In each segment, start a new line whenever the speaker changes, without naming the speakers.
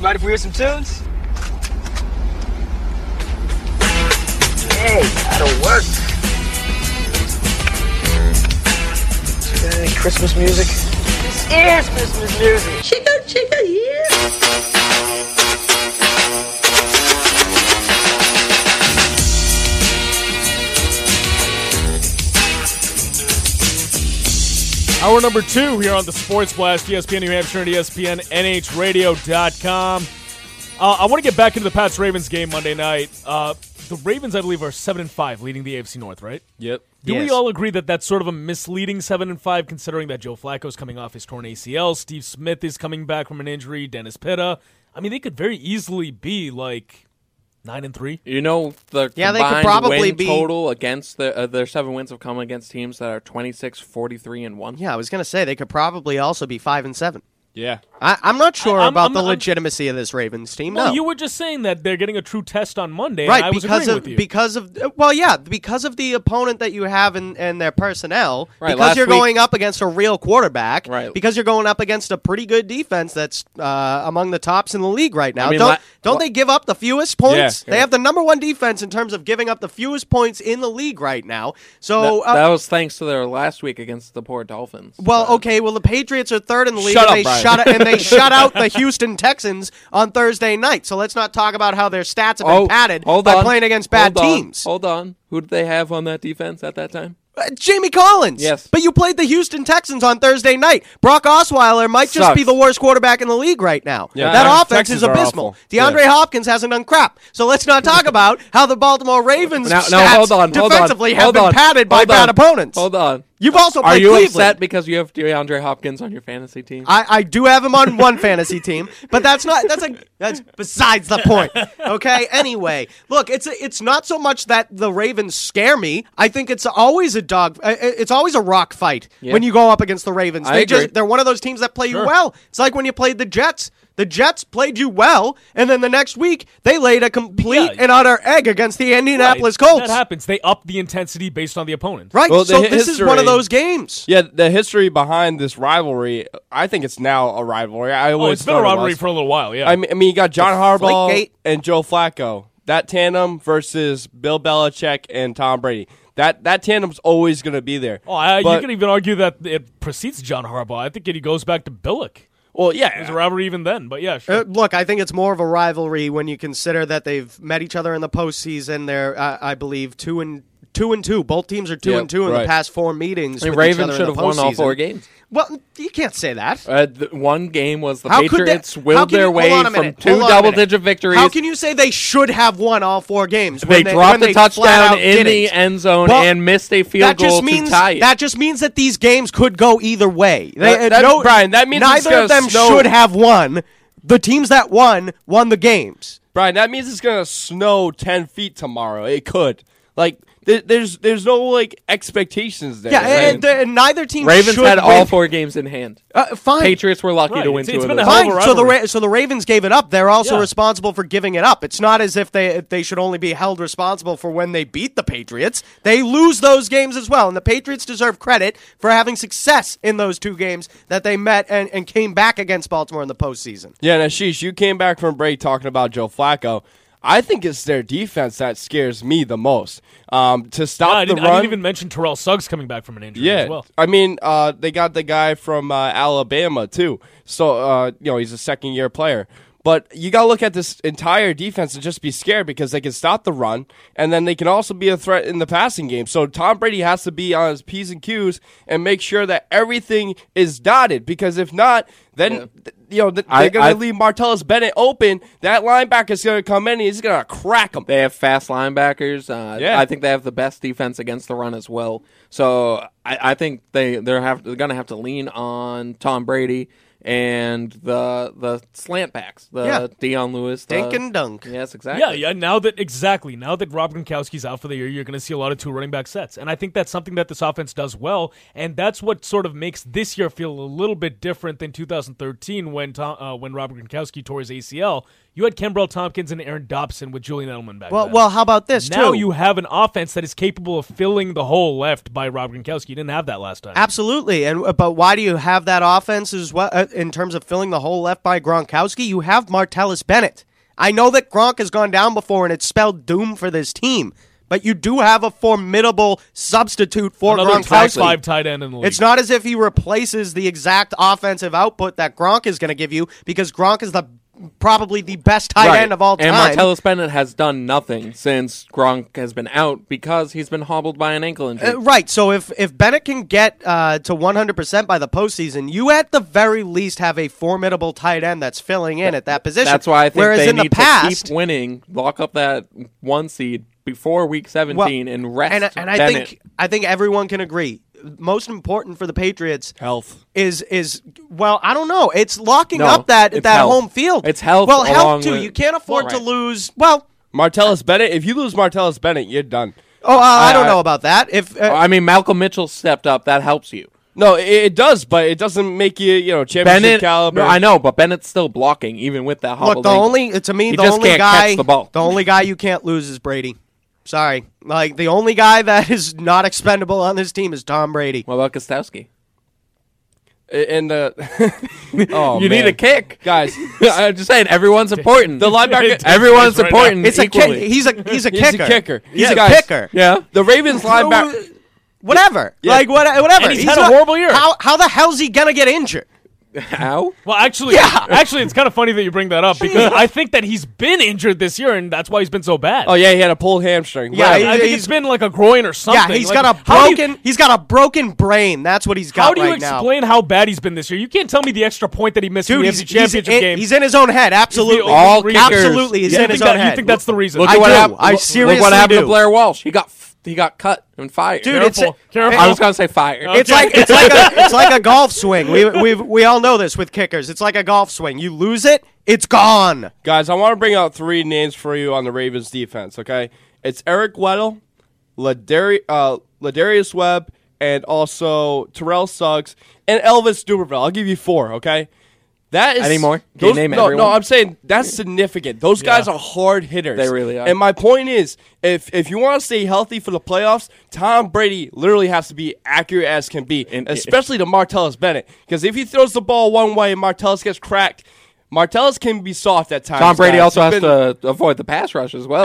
Mind if we hear some tunes? Hey, that'll work. Okay, Christmas music. This is Christmas music.
Chica, chica, yeah.
Hour number two here on the Sports Blast, E ESPN New Hampshire and ESPN NHRadio.com. Uh, I want to get back into the Pats Ravens game Monday night. Uh, the Ravens, I believe, are seven and five, leading the AFC North. Right?
Yep.
Do we
Yes.
all agree that that's sort of a misleading seven and five, considering that Joe Flacco's coming off his torn ACL, Steve Smith is coming back from an injury, Dennis Pitta. I mean, they could very easily be like nine and three.
You know the
Yeah, they could
combined
probably
win
be-
total against the uh, their seven wins have come against teams that are 26, 43, and one.
Yeah, I was gonna say they could probably also be five and seven.
Yeah.
I, I'm not sure
I- I'm-
about
I'm-
the
I'm-
legitimacy of this Ravens team.
Well,
no,
you were just saying that they're getting a true test on Monday.
right
and I was
because
agreeing
of
with you.
because of well, yeah, because of the opponent that you have and and their personnel.
Right,
because
last
you're
week-
going up against a real quarterback.
Right.
Because you're going up against a pretty good defense that's uh, among the tops in the league right now.
mean,
don't
la-
don't
la-
they give up the fewest points? They have the number one defense in terms of giving up the fewest points in the league right now. So.
that,
uh,
that was thanks to their last week against the poor Dolphins.
Well,
So-
okay. Well, the Patriots are third in the league,
Shut
and,
up,
they
Brian.
shut, and they shut out the Houston Texans on Thursday night. So let's not talk about how their stats have been padded
Oh, hold
by
on.
playing against bad
Hold on.
teams.
Hold on. Who did they have on that defense at that time?
Uh, Jamie Collins.
Yes.
but you played the Houston Texans on Thursday night. Brock Osweiler might just
Sucks.
be the worst quarterback in the league right now.
Yeah.
that
Yeah.
offense
Texans
is
are
abysmal.
awful.
DeAndre Hopkins hasn't done crap. So let's not talk about how the Baltimore Ravens
Now,
stats
now hold on. Hold
defensively
on.
have
Hold
been
on.
padded by
hold
bad
on.
opponents.
Hold on.
You've also
Are
played
you
Cleveland.
upset because you have DeAndre Hopkins on your fantasy team?
I, I do have him on one fantasy team, but that's not that's a that's besides the point. Okay. Anyway, look, it's a, it's not so much that the Ravens scare me. I think it's always a dog. uh, It's always a rock fight when you go up against the Ravens.
I
they
agree.
just they're one of those teams that play you well. It's like when you played the Jets. The Jets played you well, and then the next week they laid a complete
Yeah.
and utter egg against the Indianapolis
Right.
Colts.
That happens. They up the intensity based on the opponent.
Right.
Well, the
so this is one of
history-
those games.
Yeah, the history behind this rivalry, I think it's now a rivalry. I
Oh,
always
it's been a
thought it
rivalry
was.
for a little while. Yeah.
I mean, I mean, you got John Harbaugh
Flakegate.
and Joe Flacco. That tandem versus Bill Belichick and Tom Brady. That that tandem's always going to be there.
Oh, I, you
But-
could even argue that it precedes John Harbaugh. I think it goes back to Billick.
well,
It was
yeah,
a rivalry even then, but yeah,
Uh,
sure.
look, I think it's more of a rivalry when you consider that they've met each other in the postseason. They're, uh, I believe, two and two and two. Both teams are two
Yep,
and two in the
right.
past four meetings.
The
with each other
Ravens
in
should
the
have won all
postseason.
four games.
Well, you can't say that.
Uh, th- one game was the
How could they-
Patriots
how
willed
can
their
you- hold
way
on a
from
minute,
two
hold on a minute.
double-digit victories.
How can you say they should have won all four games?
they
when
dropped
when
a
they flat
touchdown
out
in the
didn't?
end zone
Well,
and missed a field
that
goal
just means
to tie it.
that just means that these games could go either way. They, uh,
That- that-
no,
Brian, that means it's
neither
gonna
of them
snow.
should have won. The teams that won won the games.
Brian. That means it's going to snow ten feet tomorrow. It could. Like there, there's there's no like expectations there.
Yeah,
Like,
and, and neither team
Ravens
should
had all
win.
four games in hand.
Uh, fine.
Patriots were lucky
Right,
to win
it's-
two
it's
of
been
those.
a hell-
Fine.
Hell of a
So the
rivalry.
Ra- so the Ravens gave it up. They're also
Yeah.
responsible for giving it up. It's not as if they they should only be held responsible for when they beat the Patriots. They lose those games as well, and the Patriots deserve credit for having success in those two games that they met and, and came back against Baltimore in the postseason.
Yeah, now Sheesh, you came back from break talking about Joe Flacco. I think it's their defense that scares me the most. Um, to
Yeah,
stop
I,
the
didn't, I
run,
didn't even mention Terrell Suggs coming back from an injury
yeah.
as well.
I mean, uh, they got the guy from uh, Alabama too, so uh, you know he's a second year player. But you got to look at this entire defense and just be scared because they can stop the run, and then they can also be a threat in the passing game. So Tom Brady has to be on his p's and q's and make sure that everything is dotted because if not, then. th- you know, th-
I-
they're going
I-
to leave Martellus Bennett open. That linebacker is going to come in and he's going to crack him.
They have fast linebackers. Uh,
Yeah.
I think they have the best defense against the run as well. So I, I think they they're have they're gonna have to lean on Tom Brady and the the slant backs, the
Yeah.
Dion Lewis, the,
Dink and dunk.
Yes, exactly.
Yeah, yeah. Now that exactly now that Rob Gronkowski's out for the year, you're going to see a lot of two running back sets, and I think that's something that this offense does well, and that's what sort of makes this year feel a little bit different than 2013 when Tom, uh, when Rob Gronkowski tore his ACL. You had Kembrell Tompkins and Aaron Dobson with Julian Edelman back.
Well,
then.
well, how about this
now
too?
you have an offense that is capable of filling the hole left by Rob Gronkowski. You didn't have that last time.
Absolutely, and but why do you have that offense as well? Uh, in terms of filling the hole left by Gronkowski, you have Martellus Bennett. I know that Gronk has gone down before and it's spelled doom for this team, but you do have a formidable substitute for
Another top
Gronkowski.
five tight end in the league.
It's not as if he replaces the exact offensive output that Gronk is going to give you because Gronk is the probably the best tight
Right.
end of all time.
And Martellus Bennett has done nothing since Gronk has been out because he's been hobbled by an ankle injury.
Uh, right. So if if Bennett can get uh, to 100% by the postseason, you at the very least have a formidable tight end that's filling in at that position.
That's why I think
Whereas
they
in
need
the past,
to keep winning, lock up that one seed before week 17 and rest
and, and I
Bennett.
think I think everyone can agree. Most important for the Patriots
Health.
is is well, I don't know. It's locking
No,
up that
it's
that
health.
home field.
It's health
Well,
along
health too.
with-
You can't afford to
Right.
lose. Well,
Martellus Bennett. If you lose Martellus Bennett, you're done.
oh, uh, I, don't
I-
know about that. If uh,
Oh, I mean, Malcolm Mitchell stepped up. That helps you.
No, it, it does, but it doesn't make you, you know, championship
Bennett,
caliber.
no, I know, but Bennett's still blocking even with that hobbled
Look, the
ankle.
only to me
He
the
just
only
can't
guy
catch the ball.
only guy you can't lose is Brady. Sorry, like the only guy that is not expendable on this team is Tom Brady.
What about Kostowski?
A- And uh, oh,
you need
man.
a kick.
guys.
I'm just saying, everyone's important.
The linebacker-
everyone's
Right now.
important.
It's a kick.
equally.
He's a he's a
He's
kicker.
a kicker.
He's
Yeah,
a
guys.
kicker.
yeah.
The Ravens linebacker.
Whatever. Like what, whatever.
And he's had a horrible year.
How how the hell's he gonna get injured?
How?
Well, actually, actually, it's kind of funny that you bring that up because I think that he's been injured this year, and that's why he's been so bad.
Oh yeah, he had a pulled hamstring.
Yeah,
Whatever.
he-
I think
he's-
it's been like a groin or something.
Yeah, he's
Like,
got a
how do you-
broken. he's got a broken brain. That's what he's got
How do you
right now.
explain how bad he's been this year? You can't tell me the extra point that he missed in
Dude,
the AFC
he's, he's,
Championship
in,
game.
he's in his own head. Absolutely,
All kickers.
absolutely, he's
you,
in
think
his
that-
own
you
head.
think that's the reason?
I
Look at what
do.
happened.
I
look-
seriously
look what happened
do.
to Blair Walsh. He got f- he got cut and fired.
Dude,
Careful,
it's-
careful.
I was gonna say fired.
It's like it's like a it's like a golf swing. We we we all know this with kickers. It's like a golf swing. You lose it, it's gone.
Guys, I want to bring out three names for you on the Ravens defense, okay? It's Eric Weddle, Ladari- uh, Ladarius Webb, and also Terrell Suggs, and Elvis Duberville. I'll give you four, okay? That is
Any more? Can you
Those,
name
no, no,
everyone?
I'm saying that's significant. Those guys are hard hitters.
They really are.
And my point is, if if you want to stay healthy for the playoffs, Tom Brady literally has to be accurate as can be,
And-
especially to Martellus Bennett. Because if he throws the ball one way and Martellus gets cracked, Martellus can be soft at times.
Tom Brady
guys.
also
It's
has
been-
to avoid the pass rush as well.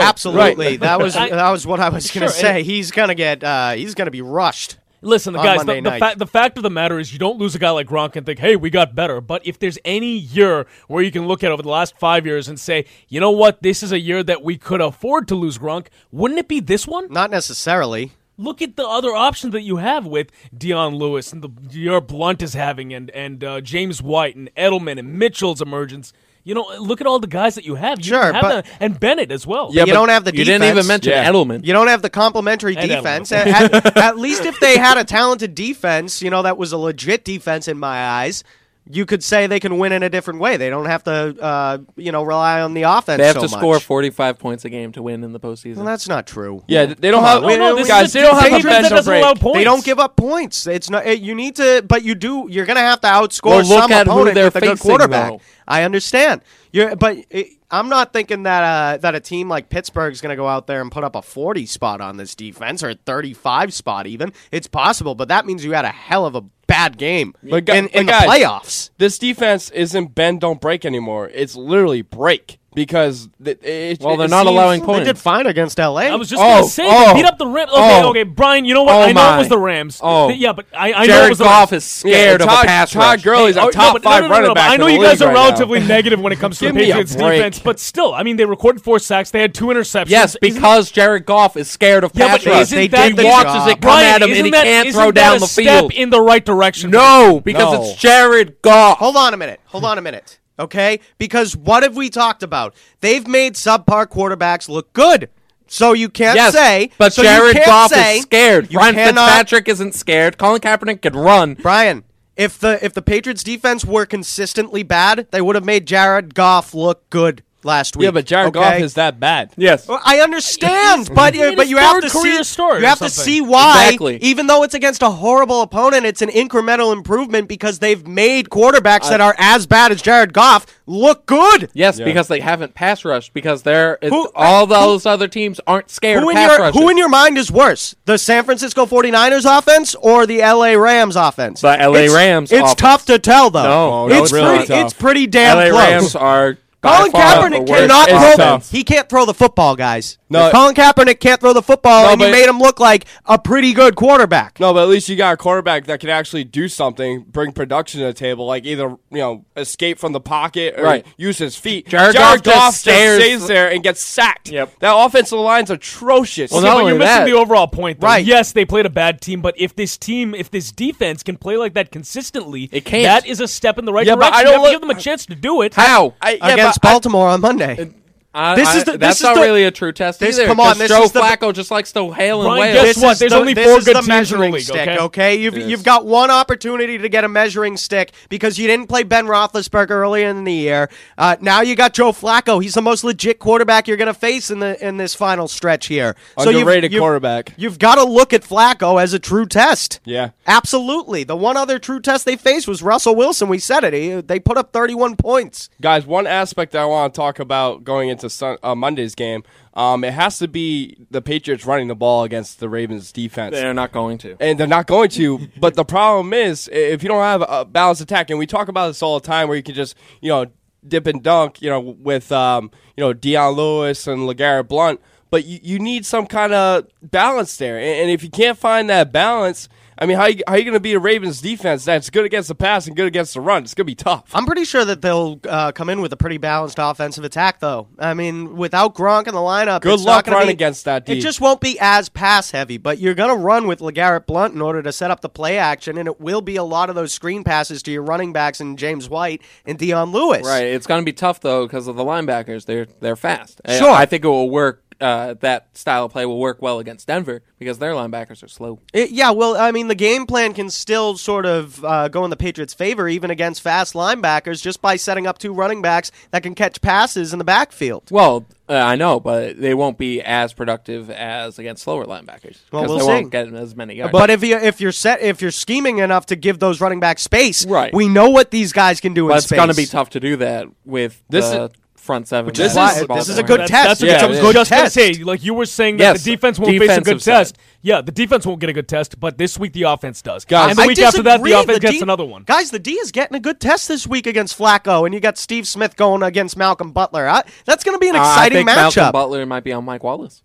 Absolutely,
Right.
that was
I-
that was what I was gonna
Sure,
say. He's gonna get uh, he's gonna be rushed.
Listen,
on
guys,
Monday
the, the,
night.
fa- the fact of the matter is you don't lose a guy like Gronk and think, hey, we got better. But if there's any year where you can look at over the last five years and say, you know what, this is a year that we could afford to lose Gronk, wouldn't it be this one?
Not necessarily.
Look at the other options that you have with Dion Lewis and the your Blunt is having and, and uh, James White and Edelman and Mitchell's emergence. You know, look at all the guys that you have. You
Sure,
have
but-
that- and Bennett as well.
Yeah,
but
you don't have the
You didn't even
defense.
mention
Yeah.
Edelman.
You don't have the complimentary
And
defense.
Edelman.
at, at least if they had a talented defense, you know that was a legit defense in my eyes. You could say they can win in a different way. They don't have to, uh, you know, rely on the offense.
They have
so
to
much.
score 45 points a game to win in the postseason.
Well, that's not true.
Yeah, Uh-huh. Oh, they don't have.
No, no, this
guys,
is a
they don't have a
Patriots that
mental
doesn't
break.
allow points.
They don't give up points. It's not it, you need to, but you do. You're going to have to outscore
Well, look
some
at who
opponent
they're
with a good
facing,
quarterback.
though.
I understand. You're, but it, I'm not thinking that uh, that a team like Pittsburgh's going to go out there and put up a 40 spot on this defense or a 35 spot even. It's possible, but that means you had a hell of a bad game
But gu-
in, in
but
the
guys-
playoffs.
This defense isn't bend don't break anymore. It's literally break because th- it,
Well,
it
they're not
seems-
allowing points.
They did fine against LA.
I was just
Oh,
gonna say
oh,
they beat up the Rams. Okay,
oh.
okay, Brian. You know what?
Oh,
I know
my.
it was the Rams.
Oh.
Th- yeah, but I, I know it
Jared
was the
Goff
Rams.
is
Yeah,
scared of
Todd,
a pass
Todd
rush.
Gurley's
Oh,
a
no,
top
but- no,
five
no, no, no,
running
but
back.
I
in
know
the
you
league
guys are
right now.
relatively negative when it comes to the
Give me a
Patriots
break.
defense, but still, I mean, they recorded four sacks. They had two interceptions.
Yes,
Isn't-
because Jared Goff is scared of
Yeah,
pass
but
rush.
isn't
They
that
did
he
the
watches
job.
it come
Brian,
at him
isn't
and he
that-
can't
isn't
throw
that
down
a
the
step
field.
in the right direction?
no, because
No.
it's Jared Goff.
Hold on a minute. Hold on a minute. Okay? Because what have we talked about? They've made subpar quarterbacks look good. So you can't
yes,
say.
but
so you
Jared
can't
Goff
say-
is scared.
You
Ryan
cannot-
Fitzpatrick isn't scared. Colin Kaepernick could run.
Brian, if the if the Patriots defense were consistently bad, they would have made Jared Goff look good. last week.
Yeah, but Jared Goff
okay?
is that bad.
Yes.
Well, I understand, but
made
but
his
you have
third
to
career
see
start
you
or
have to
something.
see why.
Exactly.
Even though it's against a horrible opponent, it's an incremental improvement because they've made quarterbacks that are as bad as Jared Goff look good.
Yes,
Yeah.
because they haven't pass rushed because they're it's-
Who-
all those other teams aren't scared
Who
of
in,
pass
your,
rushes.
who in your mind is worse, the San Francisco 49ers offense or the LA Rams offense?
The LA
It's-
Rams
It's
offense.
tough to tell
No,
Oh,
though.
no,
it's
it's really
pretty,
tough.
it's pretty damn
LA
close.
Rams are by
Colin
far the
Kaepernick
worst
cannot throw.
offense.
He can't throw the football, guys.
No.
Colin Kaepernick can't throw the football,
No,
and you
but-
made him look like a pretty good quarterback.
No, but at least you got a quarterback that can actually do something, bring production to the table, like either you know escape from the pocket or
Right.
use his feet.
Jared Goff just stares-
stays there and gets sacked.
Yep.
That offensive line's atrocious.
Well,
See,
not
but you're
only
missing
that-
the overall point, though.
Right.
Yes, they played a bad team, but if this team, if this defense can play like that consistently,
It can't.
that is a step in the right
Yeah, but
direction.
I
You
don't
have to
look-
give them a chance to do it.
How?
I- yeah,
Against
but I-
Baltimore on Monday.
I-
This
I-
is the-
that's
this is
not
the-
really a true test
this-
either.
come on,
'cause
this
Joe
is the-
Flacco just likes to hail and
Ryan,
wail.
guess what?
is
There's
the-
only
this
four
is
good
the
teams in the
measuring
league,
stick,
okay?
You've you've got one opportunity to get a measuring stick because you didn't play Ben Roethlisberger earlier in the year. Uh, now you got Joe Flacco. He's the most legit quarterback you're going to face in the in this final stretch here.
Underrated
you've,
quarterback.
You've got to look at Flacco as a true test.
Yeah.
absolutely. The one other true test they faced was Russell Wilson. We said it. He, they put up 31 points.
Guys, one aspect I want to talk about going into Sun- uh, Monday's game, um, it has to be the Patriots running the ball against the Ravens defense.
They're not going to.
and they're not going to. But the problem is, i- if you don't have a balanced attack, and we talk about this all the time, where you can just you know dip and dunk, you know, with um, you know Deion Lewis and Legarrette Blunt, but you, you need some kind of balance there. And, and if you can't find that balance, I mean, how you, how you going to beat a Ravens defense that's good against the pass and good against the run? It's going to be tough.
I'm pretty sure that they'll uh, come in with a pretty balanced offensive attack, though. I mean, without Gronk in the lineup,
Good
it's not
luck
gonna
running
be-
against that
It
D.
just won't be as pass heavy, but you're going to run with Legarrette Blunt in order to set up the play action, and it will be a lot of those screen passes to your running backs and James White and Dion Lewis.
Right. It's going to be tough though because of the linebackers. They're they're fast. I-
Sure.
I, think it will work. Uh, that style of play will work well against Denver because their linebackers are slow.
It- yeah, well, I mean, the game plan can still sort of uh, go in the Patriots' favor, even against fast linebackers, just by setting up two running backs that can catch passes in the backfield.
Well, uh, I know, but they won't be as productive as against slower linebackers
Well,
because
we'll
they
see.
won't get as many yards.
But, if you if you're set if you're scheming enough to give those running backs space,
Right.
We know what these guys can do
But
in
it's
space.
going to be tough to do that with
This
the
is-
front seven.
is-
guys
Why-
at
this is a
Baltimore.
good
That's,
test.
that's what
Yeah,
I was
it
is.
just gonna
Test.
say. Like you were saying that
Yes,
the defense won't face a good
defensive side.
test. Yeah, the defense won't get a good test, but this week the offense does.
Guys,
and the
I
week after that, the
disagree.
offense
D-
gets another one.
Guys, the D is getting a good test this week against Flacco, and you got Steve Smith going against Malcolm Butler. I, that's going to be an
Uh,
exciting
I think Malcolm
matchup.
Butler might be on Mike Wallace.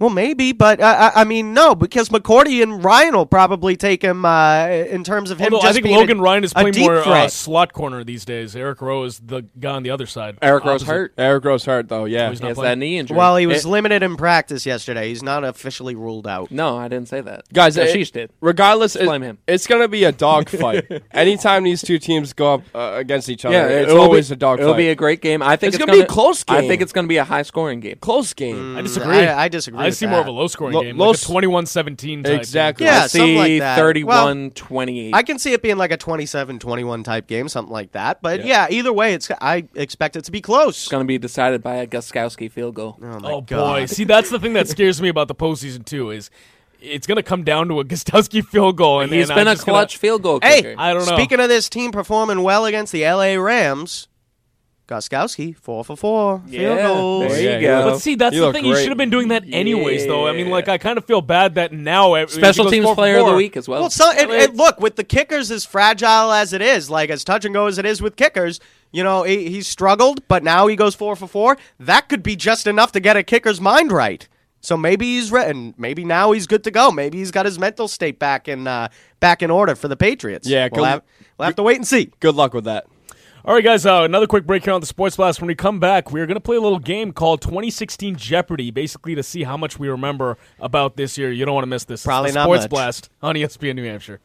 well, maybe, but uh, I, I mean, no, because McCourty and Ryan will probably take him uh, in terms of him.
Although
just
I think
being
Logan
a,
Ryan is
a
playing
deep
more uh,
threat.
slot corner these days. Eric Rowe is the guy on the other side.
Eric Rose
Opposite.
hurt.
Eric Rose hurt though. Yeah,
he's
He
not
has
playing.
that knee injury.
well, he was
It-
limited in practice yesterday. He's not officially ruled out.
no, I didn't say that.
Guys,
Yeah,
it-
Sheesh did.
Regardless, it-
Blame him.
it's going to be a dog fight. Anytime these two teams go up uh, against each other,
Yeah,
it's
it'll
always
be,
a dog
It'll
fight.
be a great game. I think
It's
it's,
gonna be a close
I
game.
think it's going to be a high scoring game.
close game.
I disagree.
Mm, I- I disagree
I
with
see
that.
more of a low scoring
Lo-
game,
low
like a
s-
21-17 type.
Exactly.
Yeah,
I
something
see
like that.
31 28.
I can see it being like a 27-21 type game, something like that. But yeah, either way, it's I expect it to be close.
It's going to be decided by a Guskowski field goal.
Oh, my
Oh boy!
God.
See, that's the thing that scares me about the postseason too is it's going to come down to a Gostowski field goal, and
He's
and
been
I'm
a
just gonna-
clutch field goal
Hey,
kicker.
I don't know.
Speaking of this team performing well against the LA Rams, Goskowski four for four field
Yeah,
goals.
there you
Yeah,
go.
yeah.
But see, that's
You
the
look
thing. You
great.
should have been doing that anyways, though. I mean,
Yeah.
like, I kind of feel bad that now ev-
Special
because
teams
four for
player of the
four-
week as well.
Well, so, and, and look with the kickers as fragile as it is, like as touch and go as it is with kickers. You know, he, he struggled, but now he goes four for four. That could be just enough to get a kicker's mind right. So maybe he's re- and maybe now he's good to go. Maybe he's got his mental state back in uh, back in order for the Patriots.
Yeah,
we'll
go-
have, we'll have to wait and see.
Good luck with that.
All right, guys, uh, another quick break here on the Sports Blast. When we come back, we're going to play a little game called 2016 Jeopardy, basically to see how much we remember about this year. You don't want to miss this. It's
Probably
the
not
Sports
much.
Blast on E ESPN New Hampshire.